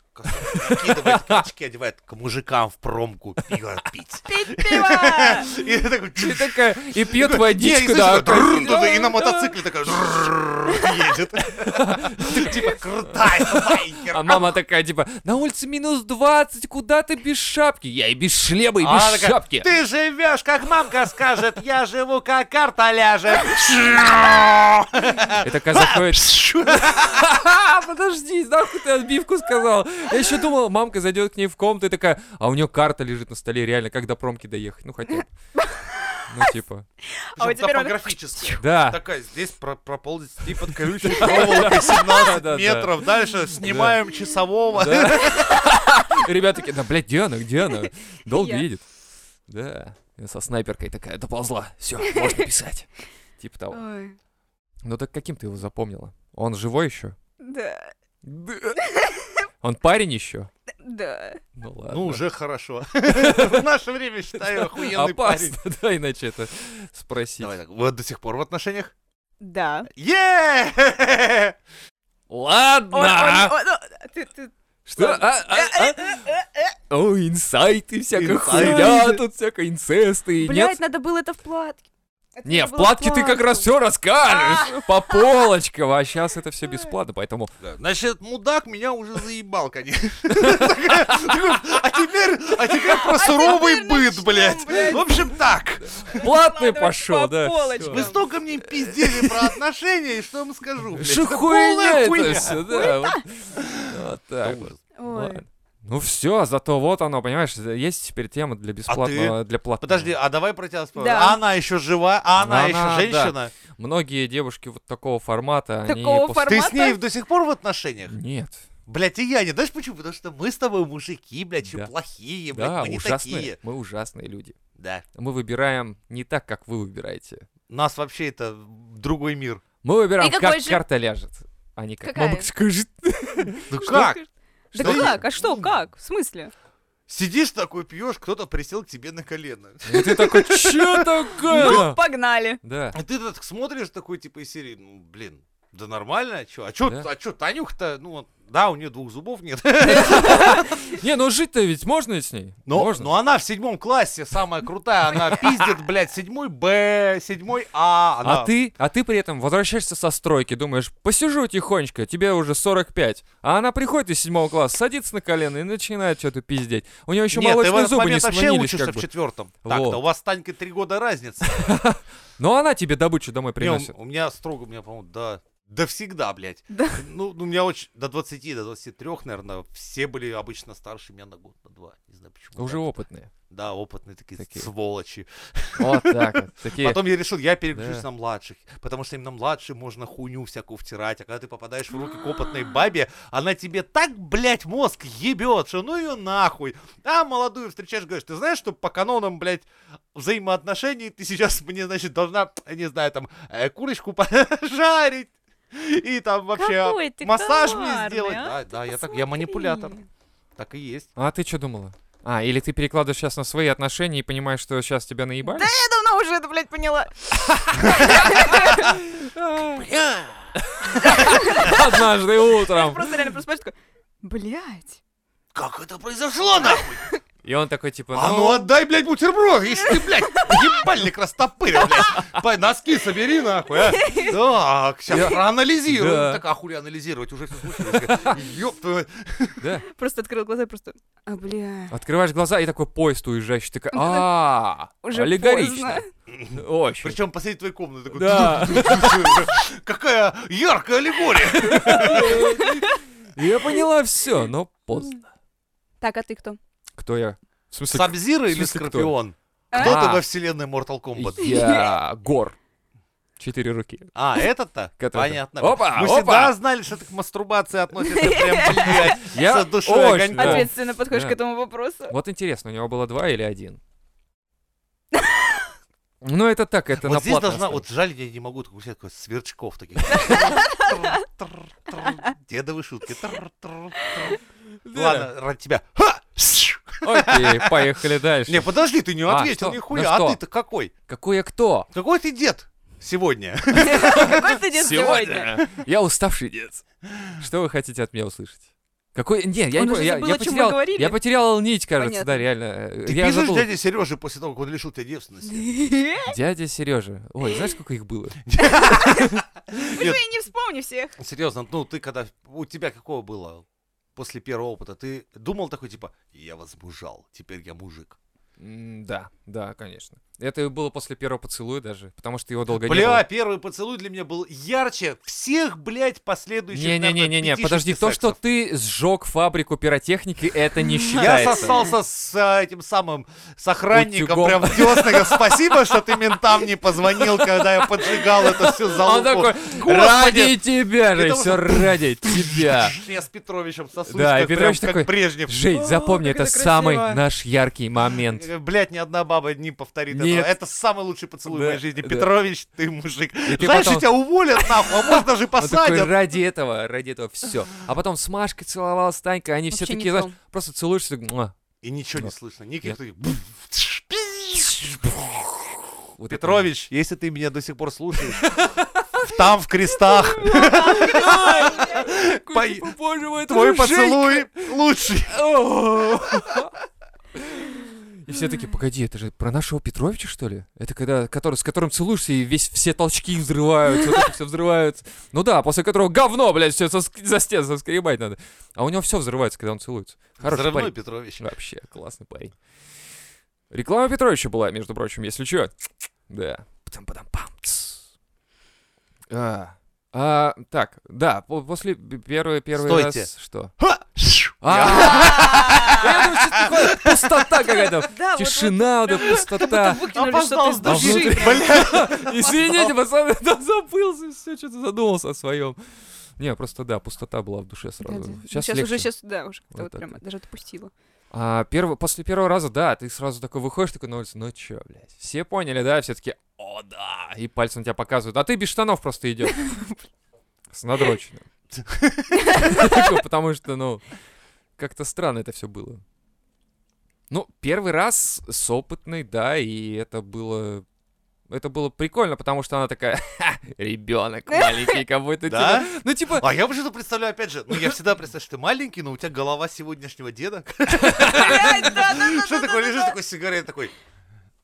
накидывает, очки одевает, к мужикам в промку пиво пить.
Пить пиво!
И я такой,
И
«Чш».
такая,
*laughs*
и пьет
Не, и
водичку, да.
слышишь, «Дрррррррррр»
опять.
туда, и на мотоцикле такая «Жрррррррр» едет. Типа, крутая байкер.
А мама такая, типа, на улице минус 20, куда ты без шапки? Я и без шлема, и
А
без шапки.
Ты живешь, как мамка скажет, я живу, как карта ляжет.
И такая заходит. «Ха, *laughs* подожди, нахуй ты отбивку сказал. Я еще думал, мамка зайдет к ней в комнату и такая, а у нее карта лежит на столе, реально, как до промки доехать? Ну, хотя бы. Ну, типа.
А вот
Причем
теперь он-
топографически.
Да.
Такая, здесь про- проползать и под колючей проволокой 17
Да-да-да.
метров. Дальше снимаем часового.
Да. Ребята такие, да, блядь, где она, где она? Долго
Я.
едет. Да. Я Со снайперкой такая, доползла. Все, можно писать. Типа того.
Ой,
Ну так каким ты его запомнила? Он живой еще?
Да,
Он парень еще?
да.
Ну ладно.
Ну, уже хорошо. В наше время, считаю, охуенный парень.
Опасно, *laughs* да, иначе это спросить.
Давай так, вот до сих пор в отношениях?
Да.
е
Ладно!
Он- он- он- он- ну, ты- ты-
Что?
Ладно.
А,
Э,
а, а? О, инсайты, всякая
Инсайты.
хуйня, тут всякая инцесты, и
Блядь,
нет?
надо было это в платке. Это
Не, в
надо было А!
платке ты как
платке.
раз все расскажешь, по полочкам, а сейчас это все бесплатно, поэтому...
Значит, мудак меня уже заебал, конечно. *laughs* Такая, А теперь, а теперь про суровый
теперь
быт,
начнем,
блядь.
блядь.
В общем, так.
Платный
Выкладывать
пошел,
по
да.
полочкам.
Вы столько мне пиздели про отношения, и что я вам скажу, блядь?
Что
Это
хуйня
полная
это
хуйня.
все, да. вот- Вот так вот.
Ой.
Ладно. Ну все, зато вот оно, понимаешь, есть теперь тема для бесплатного, для платного.
А Подожди, а давай про тебя вспомним.
Да.
А она еще жива, а она,
Она,
еще
да.
женщина.
Многие девушки вот такого формата, они...
Такого
пос-
формата?
Ты с ней до сих пор в отношениях?
Нет.
Блять, и я не. Знаешь почему? Потому что мы с тобой мужики, блядь, еще
Да.
плохие, блядь,
Да,
мы не
ужасные.
такие.
Мы ужасные люди.
Да.
Мы выбираем не так, как вы выбираете.
Нас вообще это другой мир.
Мы выбираем,
И какой
как
же-
карта ляжет, а не как
Какая?
мама скажет.
Ну
Что
как?
ты-
Что
Да
ты-
как? А что, как? В смысле?
Сидишь такой, пьешь, кто-то присел к тебе на колено.
И ты такой, че такое?
Ну, погнали.
Да.
А ты так смотришь такой, типа, из серии, ну, блин, да нормально, а чё? А чё,
Да.
а чё Танюх-то, ну, вот, Да, у нее двух зубов нет. *laughs*
Не, ну жить-то ведь можно ведь с ней?
Но,
можно.
но она в седьмом классе самая
*laughs*
крутая. Она пиздит, блядь, седьмой Б, седьмой А. она-
А ты, а ты при этом возвращаешься со стройки, думаешь, посижу тихонечко, тебе уже 45. А она приходит из седьмого класса, садится на колено и начинает что-то пиздеть. У нее еще
Нет, ты в
молочные
этот
зубы не
момент вообще
сменились
учишься
как
в
бы.
четвертом.
Вот.
Так-то у вас с Танькой три
*laughs*
года разница.
Но она тебе добычу домой
Не, у-
приносит.
У меня строго, у меня, по-моему, до... Да всегда, блядь.
Да.
Ну, у меня очень... До 20, до 23, наверное, все были обычно старше меня на год, на два. Не знаю почему. *laughs*
Уже
так.
опытные.
Да, опытные такие,
Такие.
сволочи.
Вот так вот. Такие,
Потом я решил, я переключусь
Да.
на младших, потому что им на младших можно хуйню всякую втирать, а когда ты попадаешь в руки к
*gasps*
опытной бабе, она тебе так, блядь, мозг ебет, что ну ее нахуй. А молодую встречаешь, говоришь, ты знаешь, что по канонам, блядь, взаимоотношений ты сейчас мне, значит, должна, не знаю, там, э, курочку *laughs* пожарить. И там вообще
Какой ты
массаж мне
коварный,
сделать.
а?
Да, да, я так, я манипулятор.
Смотри.
Так и есть.
а ты что думала? А, или ты перекладываешь сейчас на свои отношения и понимаешь, что сейчас тебя наебали?
Да я давно уже это, блядь, поняла.
*laughs* Однажды утром.
Просто реально просыпаюсь такой, блядь.
Как это произошло, нахуй?
И он такой типа,
А ну
ну,
отдай, блядь, бутерброд, если ты, блядь, ебальник растопырил, блядь. По- Носки собери, нахуй, а. Так,
Я-
сейчас проанализируем.
Да.
Так, а хули анализировать, уже все случилось. Ёб твою мать.
Просто открыл глаза и просто, а, бля,
открываешь глаза и такой поезд уезжающий, ты такая, а,
уже
аллегорично. Ну,
поздно.
Очень.
Причем посреди твоей комнаты такой...
Да.
Какая яркая аллегория.
Я поняла все, но поздно.
Так, а ты кто?
Кто я? В смысле,
Сабзира
в
или
смысле, кто?
Скорпион?
А?
Кто ты
А.
во вселенной Mortal Kombat?
я гор. Четыре руки.
А, этот-то?
Который-
Понятно.
Опа,
Мы
опа.
всегда знали, что ты к мастурбации относишься прям, блядь,
Я
с душой
очень-
огоньком.
Ответ.
Ответственно подходишь
Да.
к этому вопросу.
*laughs* Вот интересно, у него было два или один? Ну это так, это на
вот здесь
платной
должна,
основе.
вот жаль, я не могу такой взять такой сверчков таких. Дедовые шутки. Тр, тр, тр.
Да.
Ладно, ради тебя. Ха!
Окей, поехали
Не,
дальше.
подожди, ты не
А,
ответил
что? Ну
нихуя. А
что?
ты-то какой?
Какой я кто?
Какой ты дед сегодня?
*laughs*
Какой ты дед сегодня?
Я уставший дед. Что вы хотите от меня услышать? Какой? Не, я
Он
не
уже
понял, я,
забыл,
я
о чем мы
потерял,
говорили.
я потерял нить, кажется,
Понятно.
да, реально.
Ты
я
пишешь
забыл.
дяде Сереже после того, как он лишил
*laughs*
тебя девственности?
Дядя Сережа. Ой, знаешь, сколько их было?
Ну и не вспомни всех.
Серьезно, ну ты когда... У тебя какого было после первого опыта? Ты думал такой, типа, я возмужал, теперь я мужик.
М, Да, да, конечно. Это было после первого поцелуя даже, потому что его долго не
Бля,
было.
первый поцелуй для меня был ярче всех, блядь, последующих,
Не-не-не-не, подожди, то, что ты сжег фабрику пиротехники, это *laughs* не считается.
Я сосался с а, этим самым, с охранником
Утюгом.
прям в дёснах. Спасибо, что ты ментам не позвонил, когда я поджигал это все залупу.
Он такой,
«Господи!»
ради тебя
И
же, *laughs*
там
все ради тебя.
Я с Петровичем сосусь,
Да, и
как, прям
Петрович
как
такой,
Брежнев.
Жень,
О,
запомни,
как
это
это
самый
красиво.
наш яркий момент.
*laughs* Блять, Э, ни одна баба не повторит
Нет.
этого. Это самый лучий поцелуй
Да,
в моей жизни.
да.
Петрович, ты мужик.
ты
Знаешь,
потом-
тебя уволят нахуй, а может даже
Он такой,
посадят.
ради этого, ради этого все. А потом с Машкой целовалась Танька, они все
Вообще не
такие, знаешь,
то.
просто целуешься, так, «Муа».
И ничего не
Нет.
слышно.
Ну. Нет.
Никаких таких...
Вот это
Петрович, если ты меня до сих пор *laughs* слушаешь, там в крестах
вот. Такой,
Пой-
типа, Боже мой, это
твой
же Женька!»
поцелуй лучший.
И все такие, погоди, это же про нашего Петровича, что ли? Это когда, который, с которым целуешься, и весь, все толчки взрываются, вот это все взрываются. Ну да, после которого говно, блядь, все за стену соскребать надо. А у него все взрывается, когда он целуется. Хороший
Взрывной
парень.
Петрович.
Вообще, классный парень. Реклама Петровича была, между прочим, если чё. Да. Потом потом пам. тс. А, а, так, да, по- после первой первый
Стойте.
раз что?
Ха! Шу!
А, я думаю, сейчас какая-то пустота какая-то.
*laughs* Да, вот-
Тишина, вот, эта
*laughs*
пустота.
выкинули
Опоздал
что-то
с
из
А
души.
внутри-
души.
Бля.
Извините, пацаны, да забылся, все, что-то задумался о своем. Не, просто да, пустота была в душе сразу. Сейчас,
Сейчас уже,
легче.
сейчас, да, уже
Вот
как-то вот
так
прям
вот. *laughs*
даже отпустила.
А, перв- После первого раза, да, ты сразу такой выходишь, такой на улицу, ну чё, блядь. Все поняли, да, все таки о, да, и пальцем тебя показывают. А ты без штанов просто идешь.
*laughs*
С надроченным. Такой, Потому что, ну, как-то странно это все было. Ну, первый раз с опытной, да, и это было это было прикольно, потому что она такая, *laughs* «Ха, ребенок маленький какой-то.
Да?
типа». Ну, типа,
А я почему-то представляю, опять же, ну я всегда представляю, что ты маленький, но у тебя голова сегодняшнего деда. *laughs* Что такое, лежишь такой с сигаретой, такой...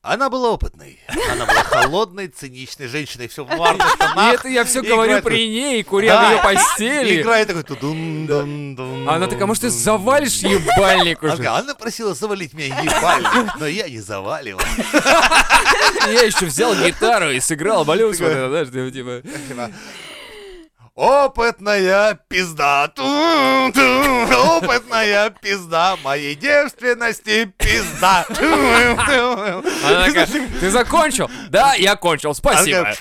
Она была опытной. Она была холодной, циничной женщиной. Все в марных
и
тонах.
это я все
*laughs* и
говорю
играет
при ней, куря в
Да.
ее
И
постели.
играет такой... тудун-дун-дун,
А Она такая, может, ты
дун-дун».
завалишь ебальник
Она,
уже?
такая, она просила завалить меня ебальник, но я не заваливал.
Я еще взял гитару и сыграл блюз, вот
Такая.
это, знаешь, типа, типа...
Опытная пизда. Ту, ту. Опытная пизда моей девственности пизда. Ту, ту.
Она такая, ты закончил? Да, я кончил,
Она
спасибо.
такая,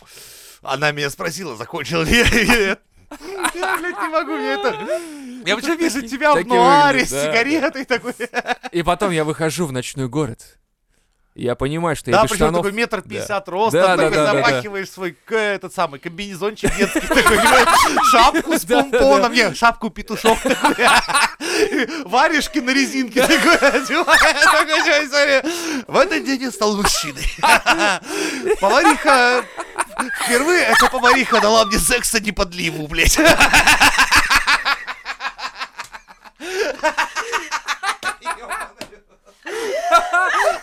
Она меня спросила, закончил ли я или нет. Я, блядь, не могу, мне это... Я вообще вижу тебя в
Такие
нуаре с
выглядят, да.
сигаретой такой.
И потом я выхожу в ночной город. Я понимаю, что я
Да,
без
причем
штанов...
такой метр пятьдесят
Да,
роста,
да,
такой
да, да, да.
запахиваешь свой к- этот самый комбинезончик детский, такой, понимаешь, шапку *laughs* с
Да, да, да.
помпоном, не, шапку петушок, такой, *laughs* варежки на резинке, такой, одеваешь, *laughs* такой, чё, смотри. В этот день я стал мужчиной. *laughs* Повариха, впервые эта повариха дала мне секса не под ливу, блядь.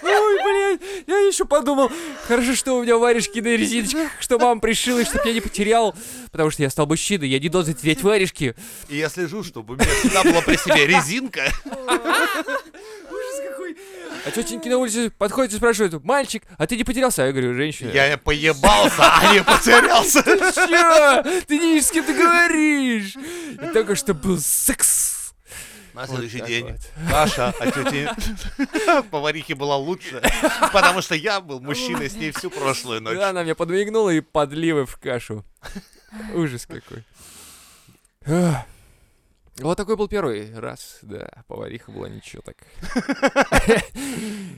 Ой, блядь, я еще подумал, хорошо, что у меня варежки на резиночках, что мама пришила, и чтобы я не потерял, потому что я стал мужчиной, я не должен терять варежки.
И я слежу, чтобы у меня всегда была при себе резинка.
А тетеньки на улице подходят и спрашивают, мальчик, а ты не потерялся? А я говорю, женщина.
Я поебался, а не потерялся.
Чё? Ты не видишь, с кем ты говоришь? И только что был секс.
На А следующий
так
день
вот.
Даша от тети *laughs* поварихи была лучше, потому что я был мужчиной с ней всю прошлую ночь.
Да, она мне подмигнула и подливы в кашу. Ужас какой. Ах. Вот такой был первый раз, да, повариха была ничего так.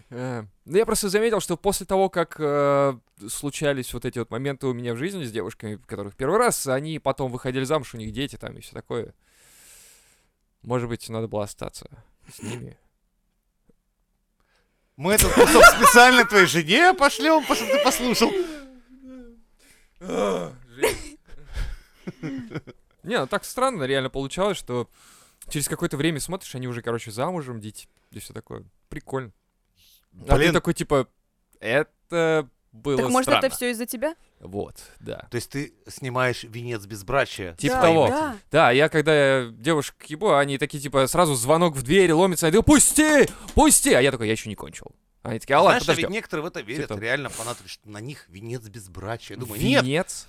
Э, Ну, я просто заметил, что после того, как э, случались вот эти вот моменты у меня в жизни с девушками, которых первый раз, они потом выходили замуж, у них дети там и все такое. Может быть, надо было остаться с ними.
Мы этот кусок специально твоей жене пошлем, чтобы ты послушал.
*laughs* Не, ну так странно реально получалось, что через какое-то время смотришь, они уже, короче, замужем, дети, и все такое. Прикольно. А ты
Блин.
такой, типа, это было
Так может, это
странно».
все из-за тебя?
Вот, да.
То есть ты снимаешь венец безбрачия.
Типа
Да,
того.
да.
Да, я когда я девушек ебу, они такие, типа, сразу звонок в дверь, ломится, я говорю, пусти, пусти! А я такой, я еще не кончил. Они такие, а ладно,
Знаешь, а
подождем.
ведь некоторые в это верят,
Типа-
реально фанаты, что на них венец безбрачия. Я Думаю, нет.
Венец.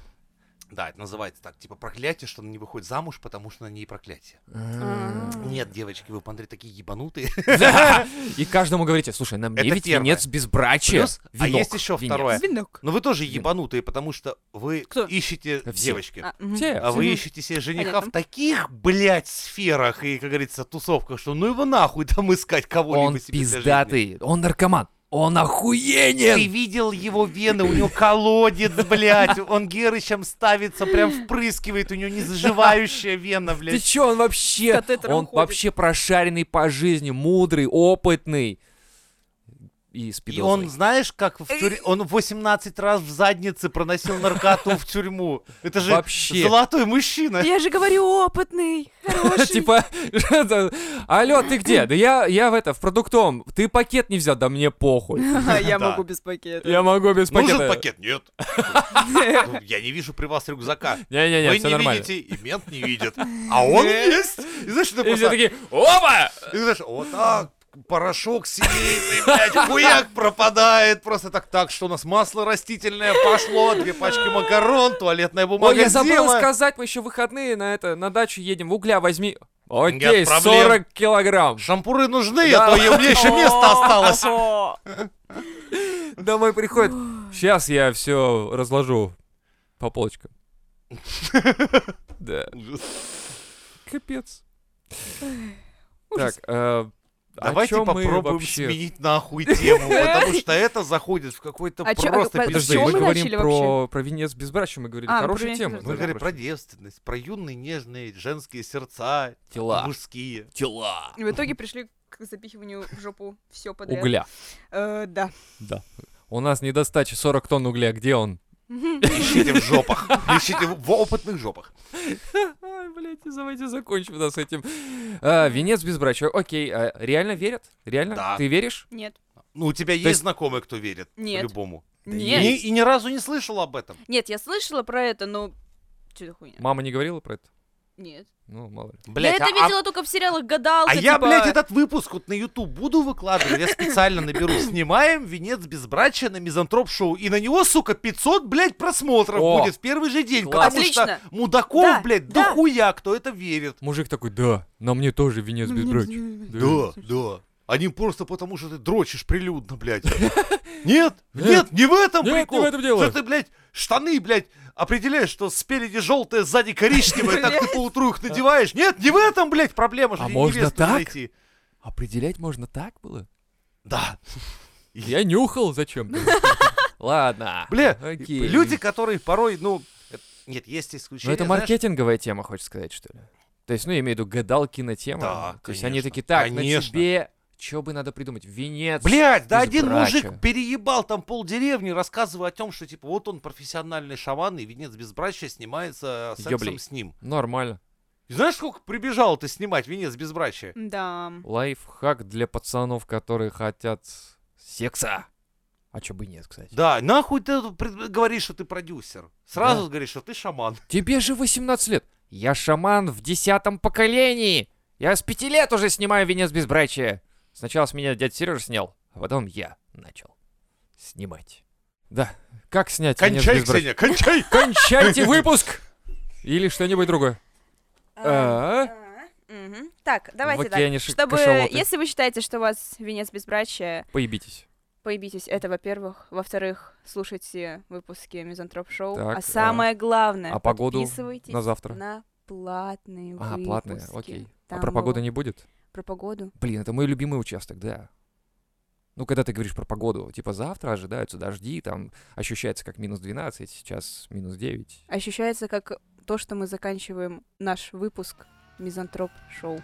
Да, это называется так, типа проклятие, что она не выходит замуж, потому что на ней проклятие.
А.
Нет, девочки, вы, Андрей, такие ебанутые.
*laughs*
*laughs*
Да. И каждому говорите, слушай, на мне
Это
ведь
первое.
венец безбрачия.
Плюс, а
Венок,
есть еще
венец.
второе.
Венок.
Ну,
Но вы тоже
Блин.
ебанутые, потому что вы
Кто?
ищете
Да все.
девочки.
А, мгм.
Все,
А вы
Мгм.
ищете себе жениха
Понятно.
в таких, блядь, сферах и, как говорится, тусовках, что ну его нахуй там искать кого-либо
Он
себе для жизни.
пиздатый, он наркоман, он
Ты
охуенен.
видел его вены, у него колодец, блядь, он герычем ставится, прям впрыскивает, у него незаживающая вена,
Ты
блядь.
чё, он
С
вообще,
катетером
он
ходит.
вообще прошаренный по жизни, мудрый, опытный. И
И
спидозный. *laughs*
он, знаешь, как в тюрьме... Он 18 раз в заднице проносил наркоту в тюрьму. Это же
Вообще.
золотой мужчина.
Я же
*laughs*
говорю, опытный, хороший. *laughs*
Типа, это, алло, ты где? Да я, я в это, в продуктовом. Ты пакет не взял, да мне похуй.
Я
Да.
могу без пакета.
Я могу без
Нужен
пакета. *laughs*
пакет? Нет. Ну, Я не вижу при вас рюкзака.
Не-не-не,
Вы
все
не
нормально.
видите, и мент не видит. А он есть. И знаешь, ты
И все
просто...
такие, опа!
И знаешь, вот так, порошок семейный, блядь, хуяк пропадает. Просто так, так, что у нас масло растительное пошло, две пачки макарон, туалетная бумага.
Ой, я забыл
зела.
сказать, мы еще выходные на это, на дачу едем, угля возьми. Окей,
Нет проблем.
40 килограмм.
Шампуры нужны, а то и у меня еще место осталось.
Домой приходит. Сейчас я все разложу по полочкам. Да, капец. Так,
Ужас.
э, о
Давайте
чём мы
попробуем
вообще?
сменить нахуй тему, потому что это заходит в какой-то
А чё-
просто
а
Подожди,
чём
мы
пиздец.
мы
говорим
начали
про, про венец безбрачия, мы говорили
А, про
хорошую
венец
тему.
Мы
безбрачия.
говорим про девственность, про юные, нежные, женские сердца,
тела.
мужские.
Тела.
И В итоге пришли к запихиванию в жопу все подряд.
Угля.
Э, Да.
Да. У нас недостача 40 тонн угля, где он?
*laughs*
Ищите в жопах. Ищите в в опытных жопах.
Ай, блядь, давайте закончим да, с этим. А, венец без брача. Окей, а реально верят? Реально?
Да.
Ты веришь?
Нет.
Ну, у тебя
есть-
есть знакомые, кто верит?
Нет.
Любому.
Нет.
Ни- И ни разу не слышал об этом.
Нет, я слышала про это, но... Что за хуйня?
Мама не говорила про это?
Нет.
Ну, мало ли.
Блять,
я это видела только в сериалах «Гадалка».
А я,
типа,
блядь, этот выпуск вот на YouTube буду выкладывать, я специально
*laughs*
наберу. Снимаем «Венец безбрачия» на мизантроп-шоу. И на него, сука, 500, блядь, просмотров
О,
будет в первый же день.
класс.
Потому что
Отлично.
мудаков,
Да,
блядь,
да.
дохуя, кто это верит.
Мужик такой, да, на мне тоже венец без брача.
Да, да. Они просто потому, что ты дрочишь прилюдно, блядь.
*laughs*
Нет, нет, не в этом
Э. Нет, не
прикол.
в этом дело.
Что ты, блядь, штаны, блядь, определяешь, что спереди желтое, сзади коричневое, так ты поутру их надеваешь. Нет, не в этом, блядь, проблема.
А
же
можно
невесту
так?
найти.
Определять можно так было?
Да.
Я нюхал зачем *laughs* Ладно.
Бля,
Окей.
люди, которые порой, ну... э, Нет, есть
Ну,
исключения.
это
знаешь,
маркетинговая тема, хочешь сказать, что ли? То есть, ну, я имею в виду гадалкина тема.
Да,
То есть они
конечно,
такие, так, на
конечно.
тебе... Чё бы надо придумать? Венец.
Блядь, да
без
один
брача.
мужик переебал там полдеревни, рассказывая о том, что типа вот он профессиональный шаман, и венец безбрачия снимается сексом
Ёблей.
с ним.
Нормально.
И знаешь, сколько прибежал ты снимать венец безбрачия?
Да.
Лайфхак для пацанов, которые хотят секса. А чё бы и нет, кстати.
Да, нахуй ты тут пред- говоришь, что ты продюсер. Сразу говоришь, что ты шаман.
Тебе же 18 лет. Я шаман в десятом поколении. Я с пяти лет уже снимаю венец безбрачия. Сначала с меня дядя Сережа снял, а потом я начал снимать. Да, как снять
Кончай,
венец безбрачия?
Ксения, кончай!
Кончайте выпуск! Или что-нибудь другое. А?
Мгм. Так,
В
давайте
океане
так.
ши-
Чтобы,
кашалоты.
если вы считаете, что у вас венец безбрачия,
Поебитесь.
поебитесь, это, во-первых. Во-вторых, слушайте выпуски Мизантроп Шоу.
Так,
а самое главное,
а погоду
Э, подписывайтесь
на завтра?
на платные
А,
выпуски.
платные, окей. а
Там
про погоду
было-
не будет?
Про погоду?
Блин, это мой любимый участок, да. Ну, когда ты говоришь про погоду, типа завтра ожидаются дожди, там ощущается как минус 12, сейчас минус 9.
Ощущается как то, что мы заканчиваем наш выпуск Мизантроп Шоу.